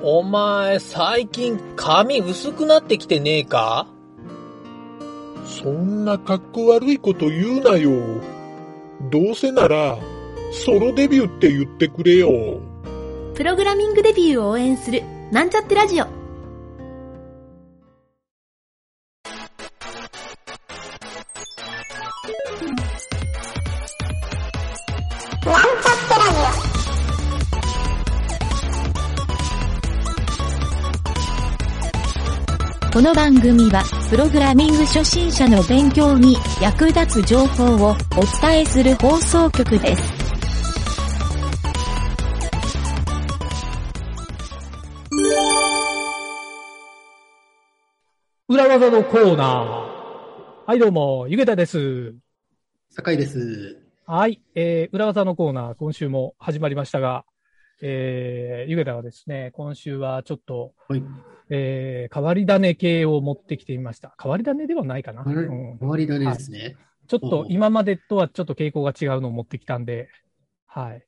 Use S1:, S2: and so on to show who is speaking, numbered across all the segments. S1: お前、最近髪薄くなってきてねえか
S2: そんな格好悪いこと言うなよ。どうせなら、ソロデビューって言ってくれよ。
S3: プログラミングデビューを応援する、なんちゃってラジオ。
S4: この番組は、プログラミング初心者の勉強に役立つ情報をお伝えする放送局です。
S5: 裏技のコーナー。はい、どうも、ゆげたです。
S6: 酒井です。
S5: はい、えー、裏技のコーナー、今週も始まりましたが、えー、ゆげたはですね、今週はちょっと、
S6: はい。
S5: えー、変わり種系を持ってきてみました。変わり種ではないかな。
S6: あれ
S5: うん
S6: 終わりだねですね。
S5: ちょっと今までとはちょっと傾向が違うのを持ってきたんで、はい。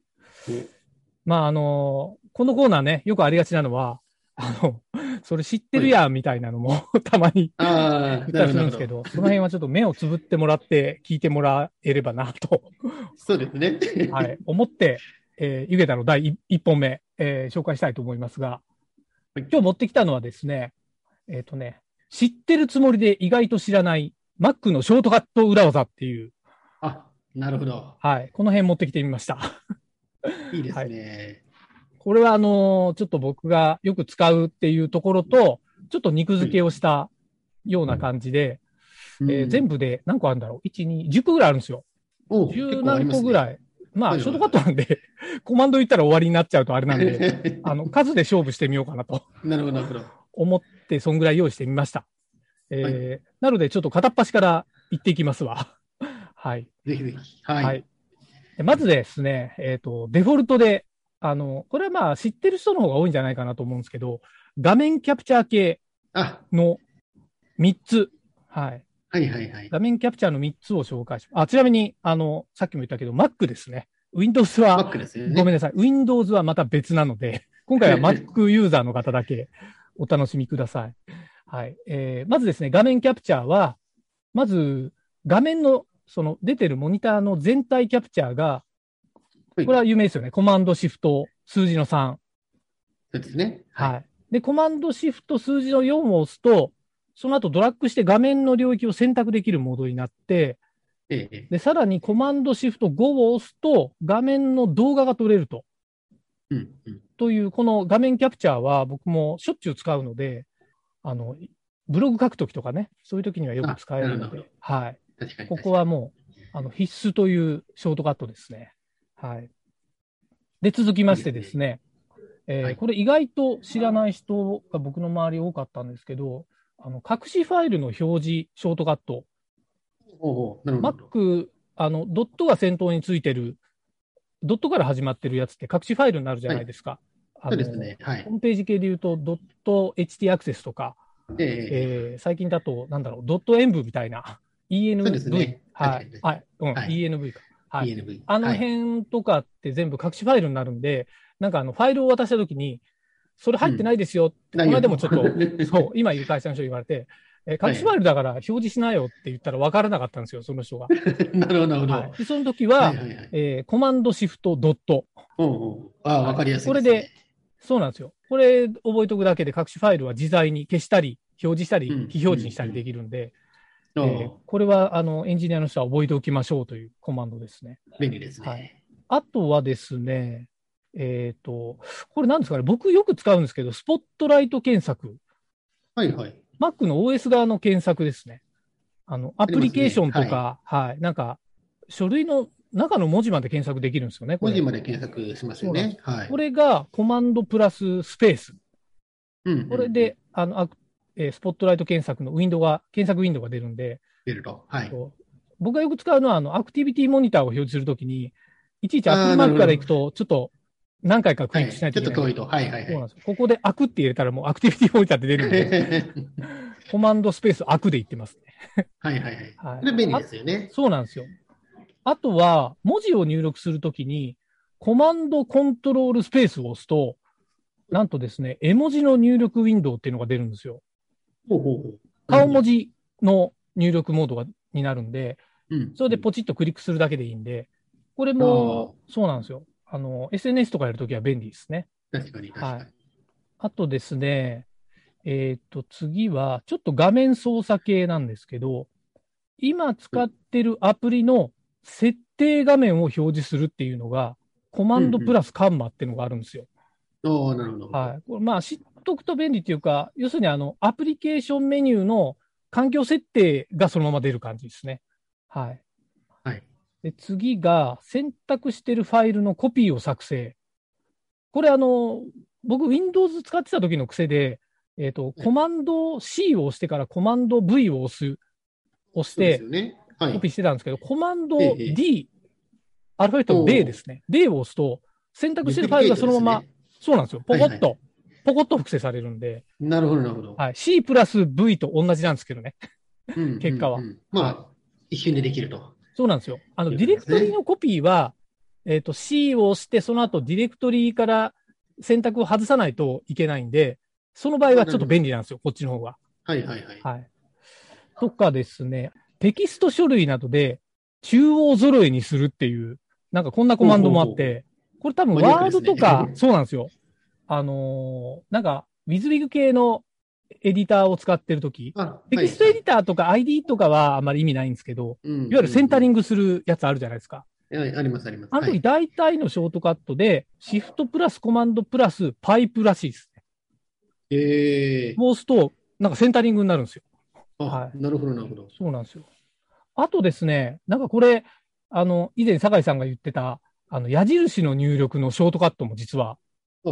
S5: まあ、あの、このコーナーね、よくありがちなのは、あの、それ知ってるやんみたいなのも たまに
S6: ああ、
S5: 言った
S6: な
S5: りする
S6: るほど。
S5: ん
S6: な
S5: ですけ
S6: るほど
S5: ど、その辺はちょっと目をつぶってもらって聞いてもらえればな と、
S6: そうですね。
S5: はい、思って、えー、ゆげたの第1本目、えー紹介したいと思いますが、今日持ってきたのはですね、えっ、とね、知ってるつもりで意外と知らない Mac のショートカット裏技っていう、
S6: あ、なるほど。
S5: はい、この辺持ってきてみました。
S6: いいですね。
S5: これはあのーちょっと僕がよく使うっていうところと、ちょっと肉付けをしたような感じで、
S6: うん
S5: えー全部で何個あるんだろう ?1、2、10個ぐらいあるんですよ。
S6: おう
S5: 十
S6: 結構あり
S5: 何
S6: ます
S5: 個
S6: ね
S5: ぐらい。ま
S6: は
S5: あ、
S6: いはい
S5: ショートカットなんで、 コマンド言ったら終わりになっちゃうとあれなんで、 あの、数で勝負してみようかなと
S6: なるほど、なるほど。
S5: 思って、そんぐらい用意してみました。えーなので、ちょっと片っ端から行っていきますわ。 はい。
S6: ぜひぜひ。はい。
S5: はいでまずですね、えっ、と、デフォルトで、あの、これはまあ、知ってる人の方が多いんじゃないかなと思うんですけど、画面キャプチャー系
S6: あ、
S5: の3つ。はい。
S6: はいはいはい。
S5: 画面キャプチャーの3つを紹介します。あ、ちなみに、あの、さっきも言ったけど、Mac ですね。Windows は
S6: バ、ックですよね。
S5: ごめんなさい。Windows はまた別なので、 今回は Mac ユーザーの方だけお楽しみください。はい。えーまずですね、画面キャプチャーは、まず画面の、その出てるモニターの全体キャプチャーが、
S6: はい
S5: これは有名ですよね。コマンドシフト数字の3。
S6: そうですね。。
S5: はいい。で、コマンドシフト数字の4を押すと、その後ドラッグして画面の領域を選択できるモードになって、
S6: ええ
S5: で、さらにコマンドシフト5を押すと、画面の動画が撮れると。
S6: うんうん。
S5: という、この画面キャプチャーは僕もしょっちゅう使うので、あの、ブログ書くときとかね、そういうときにはよく使える
S6: あな
S5: の
S6: るほ
S5: で、はい。
S6: 確かに。
S5: ここはもう、あの、必須というショートカットですね。はい。で、続きましてですね、えー
S6: はい
S5: これ意外と知らない人が僕の周り多かったんですけど、あの、隠しファイルの表示、ショートカット、
S6: 確かに。おうおうなるほど。
S5: Mac、あの、ドットが先頭についてる、ドットから始まってるやつって隠しファイルになるじゃないですか。
S6: そうですね。はい
S5: ホー。ムページ系で言うと、ドット HT アクセスとか、
S6: ええ
S5: えー最近だと、なんだろう、ドット演武みたいな、ENV。
S6: そうですね
S5: は
S6: はいい。
S5: はい。うん、
S6: はい
S5: ENV か。はい。
S6: ENV。
S5: あの
S6: はい
S5: 辺とかって全部隠しファイルになるんで、なんかあの、ファイルを渡したときに、それ入ってないですよって、
S6: ない
S5: この
S6: よ
S5: 間もちょっと、
S6: は
S5: そう、今いる会社の人に言われて、えー隠しファイルだから表示しないよって言ったら分からなかったんですよ、その人が。
S6: い。 なるほど、なるほど。
S5: はい、でその時
S6: は
S5: は、
S6: いはいはい。
S5: えーコマンドシフトドット。
S6: おうおうああ、わかりやすい。
S5: これで、そうなんですよ。これ覚えておくだけで、隠しファイルは自在に消したり、表示したり
S6: うん、
S5: 非表示にしたりできるんで、
S6: おう
S5: えーこれはあのエンジニアの人は覚えておきましょうというコマンドですね。
S6: 便利ですね。
S5: はいあとはですね、えっ、と、これなんですかね、僕よく使うんですけど、スポットライト検索、
S6: はいはい。
S5: Mac の OS 側の検索ですね。あの、ア
S6: りますね
S5: プリケーションとか、はい、なんか、書類の中の文字まで検索できるんですよね、こ
S6: 文字
S5: れ。
S6: まで検索しますよね。はい。
S5: これがコマンドプラススペース。
S6: うんうん
S5: これで、あの、あえースポットライト検索のウィンドウが、検索ウィンドウが出るんで、
S6: 出ると。はい。
S5: こう僕がよく使うのは、あの、アクティビティモニターを表示するときに、いちいちア
S6: あー
S5: ップルマークか
S6: な
S5: ら
S6: る
S5: 行
S6: ほ
S5: くと、ちょっと何回かク
S6: は
S5: リ
S6: い
S5: ックしないと
S6: ちょ
S5: い
S6: っ
S5: け
S6: と
S5: ない。
S6: 遠いと。はいはい
S5: そうな
S6: は
S5: んですここで開くって入れたらもうアクティビティモニターって出るん
S6: い。
S5: で、 コマンドスペース開くで言ってますね。
S6: はいはいはい。
S5: はい
S6: これ便利ですよね。
S5: そうなんですよ。あとは、文字を入力するときに、コマンドコントロールスペースを押すと、なんとですね、絵文字の入力ウィンドウっていうのが出るんですよ。
S6: ほうほうほう。
S5: 顔文字の入力モードがになるんで、
S6: うん。
S5: それでポチッとクリックするだけでいいんで、これも、そうなんですよ。あの、SNS とかやるときは便利ですね。
S6: 確かに、確かに。
S5: はいあとですね、えーっと、次は、ちょっと画面操作系なんですけど、今使ってるアプリの設定画面を表示するっていうのが、コマンドプラスカンマっていうのがあるんですよ。
S6: おーなるほど。
S5: はい。これ、まあ、知っとくと便利っていうか、要するに、あの、アプリケーションメニューの環境設定がそのまま出る感じですね。はい。
S6: はい。
S5: で、次が、選択してるファイルのコピーを作成。これ、あの、僕、Windows 使ってた時の癖で、えっ、と、
S6: はい
S5: コマンド C を押してからコマンド V を押す、押し
S6: そうで
S5: て
S6: す、よね。はい。
S5: コピーしてたんですけど、コマンド
S6: ええ
S5: D、アルファベットの D ですね。D を押すと、選択してるファイルがそのまま
S6: デュプリケートで
S5: そうなんですよ。ポコッと、
S6: は
S5: ポコッと複製されるんで、
S6: すね。なるほど、なるほど。
S5: はい、C プラス V と同じなんですけどね。
S6: うん
S5: 結果は
S6: うんうんまあ、一瞬でできると。
S5: そうなんですよ。あの、
S6: いい
S5: デ
S6: で
S5: ィ
S6: すね
S5: レクトリのコピーは、えっ、と、C を押して、その後ディレクトリから選択を外さないといけないんで、その場合はちょっと便利なんですよ、こっちの方が。
S6: はいはいはい。
S5: はい。とかですね、テキスト書類などで中央揃えにするっていう、なんかこんなコマンドもあっ
S6: ほうほ
S5: て、これ多分
S6: マニアッ
S5: ワー
S6: クで
S5: ド
S6: すね
S5: とか、そうなんですよ。あのーなんか、ウィズウィグ系のエディターを使ってるとき、
S6: あ
S5: テキストエディ
S6: い
S5: ターとか ID とかはあんまり意味ないんですけど、
S6: うん
S5: いわゆるセンタリン
S6: グ。
S5: グするやつあるじゃないですか。
S6: はいありますあります。
S5: あの
S6: は
S5: 時
S6: い
S5: 大体のショートカットで、シフトプラスコマンドプラスパイプらしいですね。
S6: えー
S5: こう押すと、なんかセンタリングになるんですよ
S6: あ
S5: は
S6: なるほどなるほど。
S5: そうなんですよ。あとですね、なんかこれ、あの、以前、酒井さんが言ってた、あの、矢印の入力のショートカットも実は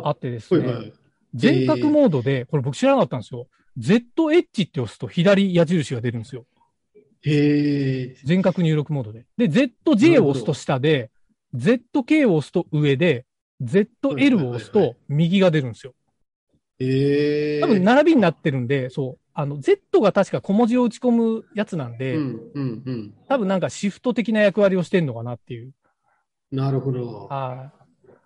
S5: あってです
S6: はい
S5: ね、
S6: はい。
S5: 全角モードで、これ僕知らなかったんですよ。ZH って押すと左矢印が出るんですよ。
S6: へえ。
S5: 全角入力モードで。で、ZJ を押すと下で、ZK を押すと上で、ZL を押す
S6: はいはいはいは
S5: と右が出るんですよ。
S6: ええ。
S5: 多分、並びになってるんで、そう。あの、Z が確か小文字を打ち込むやつなんで、
S6: うんうんうん。
S5: 多分なんかシフト的な役割をしてんのかなっていう。
S6: なるほど。
S5: は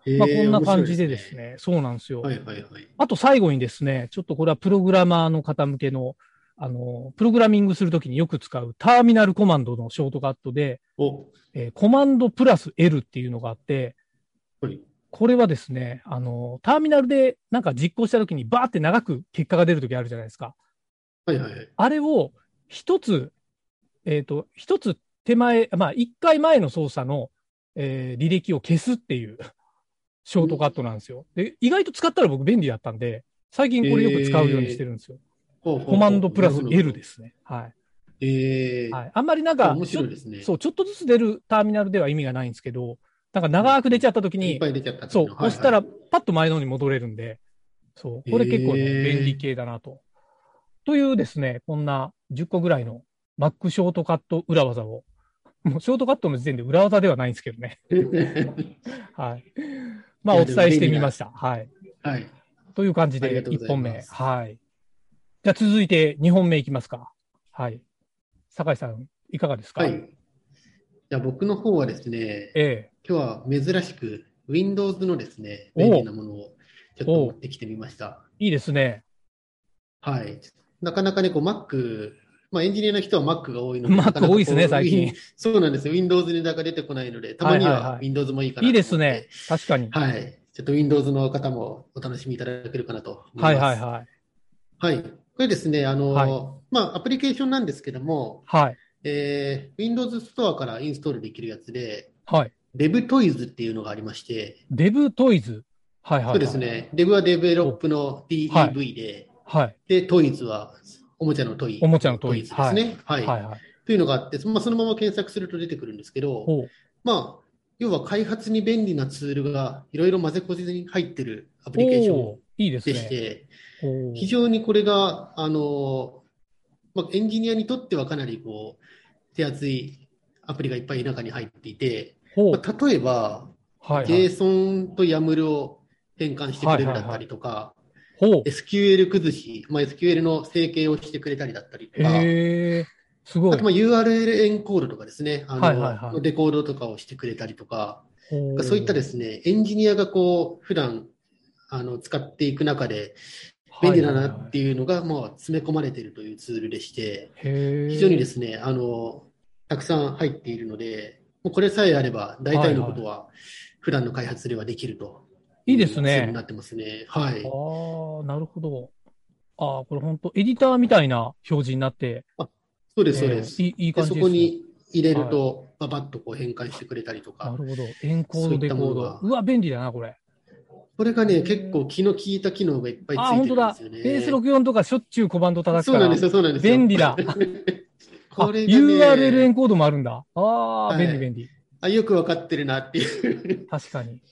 S5: い。
S6: へー
S5: まあ、こんな感じでです。ね、そうなんですよ。
S6: 面白いですねはいはいはい。
S5: あと最後にですね、ちょっとこれはプログラマーの方向けの、あの、プログラミングするときによく使うターミナルコマンドのショートカットで、
S6: お、
S5: えーコマンドプラス L っていうのがあって、
S6: はい。
S5: これはですね、あの、ターミナルでなんか実行したときにバーって長く結果が出るときあるじゃないですか。
S6: はいはいはい。
S5: あれを一つ、えっ、と、一つ手前、まあ、一回前の操作の、えー履歴を消すっていうショートカットなんですよ。で、意外と使ったら僕便利だったんで、最近これよく使うようにしてるんですよ。コ
S6: コ。
S5: マンドプラス L ですすね。は
S6: ええ
S5: い。。はい。あんまりなんか、
S6: 面
S5: ち
S6: 白
S5: ょ
S6: いですね。
S5: そう、ちょっとずつ出るターミナルでは意味がないんですけど、なんか長く出ちゃった時
S6: いっ
S5: に
S6: ぱ、い出ちゃったってい
S5: そうう
S6: の。、はいはい
S5: 押したら、パッと前の方に戻れるんで、そう、これ結構ね、
S6: へー
S5: 便利系だなと。というですね、こんな10個ぐらいの Mac ショートカット裏技を、もうショートカットの時点で裏技ではないんですけどね。 はい。まあ、
S6: い
S5: お
S6: やでも
S5: 伝えしてみました。はい。
S6: はい。
S5: という感じ
S6: あり
S5: で、
S6: がとうご
S5: 1
S6: ざい
S5: 本
S6: ま
S5: 目。
S6: す
S5: はい。じゃあ続いて2本目いきますか。はい。酒井さん、いかがですか
S6: はい。じゃあ僕の方はですね、
S5: え
S6: 今日は珍しく Windows のですね、
S5: お
S6: 便利なものをちょっと持ってきてみました。
S5: え、いいですね。
S6: はい。なかなかね、こう Mac、まあエンジニアの人は Mac が多いので、
S5: Mac
S6: なかなかこう
S5: 多いですね最近。
S6: Win- そうなんですよ。Windows ネタが出てこないので、たまに
S5: はいはいは
S6: はい Windows もいいかなと思って
S5: いいですね。。確かに。
S6: はい。ちょっと Windows の方もお楽しみいただけるかなと思いま
S5: は
S6: す。
S5: いはいはい。
S6: はい。これですね、あの、
S5: はい
S6: まあ、アプリケーションなんですけども、
S5: はい。
S6: えー、Windows ストアからインストールできるやつで、
S5: はい。
S6: DevToys っていうのがありまして、
S5: デブトイズ。はいはい、
S6: そ
S5: は
S6: う
S5: い。
S6: です。ね、Dev はデベロップの DEV で、
S5: はい。
S6: で、Toys はおもちゃのトイ、
S5: おもちゃのトイ
S6: Toys ですね。はい。
S5: はいはい。
S6: というのがあって、そまあ、そのまま検索すると出てくるんですけど、
S5: おう
S6: まあ、要は開発に便利なツールがいろいろ混ぜこぜに入ってるアプリケーショ
S5: おういいで
S6: ン
S5: す
S6: でし
S5: ね。
S6: て、
S5: おう
S6: 非常にこれが、あの、まあ、エンジニアにとってはかなりこう、手厚いアプリがいっぱい中に入っていて、
S5: ほ
S6: まあ、例えば、
S5: う。はいはい。
S6: JSON と YAML を変換してくれるだったりとか、
S5: ほう。
S6: SQL 崩し、まあ、SQL の整形をしてくれたりだったりとか、
S5: へえ。すご
S6: あ
S5: い
S6: とま。あ URL エンコードとかですね、あの、
S5: はいはいはい
S6: レコードとかをしてくれたりとか、
S5: ほ
S6: そういったですね、エンジニアがこう、普段あの使っていく中で
S5: はい
S6: 便利だなっていうのが、まあ、詰め込まれているというツールでして、
S5: へえ。
S6: 非常にですね、あの、たくさん入っているので、もうこれさえあれば、大体のことは、普段の開発ではできると。
S5: いいです
S6: ツールに
S5: ね。
S6: なってますね。はい。
S5: ああ、なるほど。ああ、これ本当エディターみたいな表示になって、
S6: そうです、そうです。
S5: えーいいいい
S6: で
S5: 感じ
S6: そ
S5: です、ね。
S6: こに入れると、ばばっとこう変換してくれたりと
S5: な
S6: か。
S5: るほど。エンコー
S6: そう
S5: ド、
S6: いっ
S5: デ
S6: た
S5: コ
S6: もの
S5: ー
S6: が
S5: ド。うわ、便利だな、これ。
S6: これがね、結構気の利いた機能がいっぱいつ
S5: ああ、
S6: い
S5: 本
S6: て
S5: 当
S6: るん
S5: だ
S6: ですよ。ね。
S5: ベース64とかしょっちゅうコマンド叩く
S6: そう
S5: か
S6: なん
S5: ら
S6: で。すよ、そうなんですよ。
S5: 便利だ。あ
S6: これがね
S5: URL エンコードもあるんだ。ああ、
S6: はい
S5: 便利便利。
S6: あ、よくわかってるなっていう
S5: 確かに。
S6: と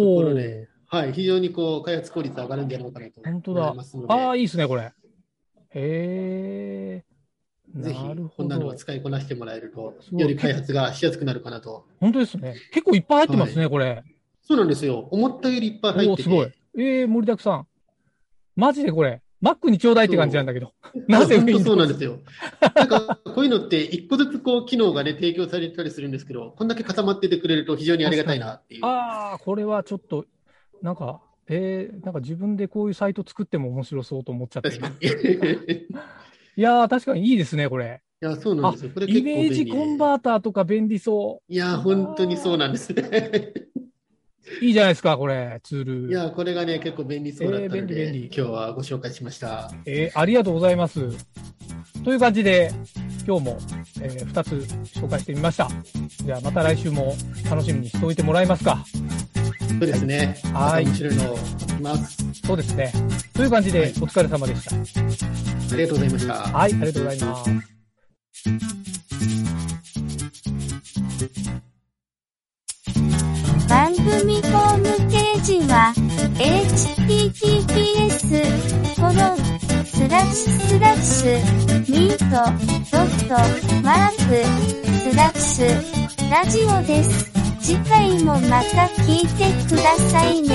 S5: ほ
S6: ころ
S5: う。
S6: で、はい、非常にこう、開発効率上がるんじゃないかなと
S5: 本当だ
S6: 思いますので。
S5: ああ、いいですね、これ。へえ。
S6: ぜひ
S5: なる、
S6: こ
S5: ほ
S6: んなの
S5: ど
S6: は。使いこなしてもらえると、
S5: すごい
S6: より開発がしやすくなるかなと。
S5: 本当ですね。結構いっぱい入ってますね、これ。
S6: そうなんですよ。思ったよりいっぱい入
S5: お
S6: っ
S5: ー
S6: て
S5: すごい
S6: て。。
S5: ええー、盛りだくさん。マジでこれ、Mac にちょうだいって感じなんだけど。なぜ
S6: 本当
S5: Windows?
S6: そうなんですよ。なんか、こういうのって、一個ずつこう、機能がね、提供されたりするんですけど、こんだけ固まっててくれると非常にありがたいなっていう。
S5: ああ、これはちょっと、なんか、えー、なんか自分でこういうサイト作っても面白そうと思っちゃって
S6: 確
S5: る
S6: か。に。 い
S5: いやー、確かにいいですね、これ。
S6: や、そうなんですよ。これ
S5: イ
S6: 結構便
S5: メ
S6: 利
S5: ー
S6: で
S5: ジコンバーターとか便利そ
S6: いや、本当にそうなんですね。
S5: う。いいじゃないですか、これ、ツール。
S6: いや、これがね、結構便利そうだったの
S5: えー
S6: で、
S5: 便利便利
S6: 今日はご紹介しました。
S5: えーありがとうございます。という感じで、今日も、えー2つ紹介してみました。じゃあまた来週も楽しみにしておいてもらえますか。
S6: そうですね。
S5: はい
S6: また面白いのを聞きます。
S5: そうですね。という感じ
S6: は
S5: で
S6: い、
S5: お疲れ様でした。
S6: ありがとうございました。
S5: はい、ありがとうございます。
S7: 番組ホームページは、https, コロン、スラッシュスラッシュ、ミート、ドット、マーク、スラッシュ、ラジオです。次回もまた聞いてくださいね。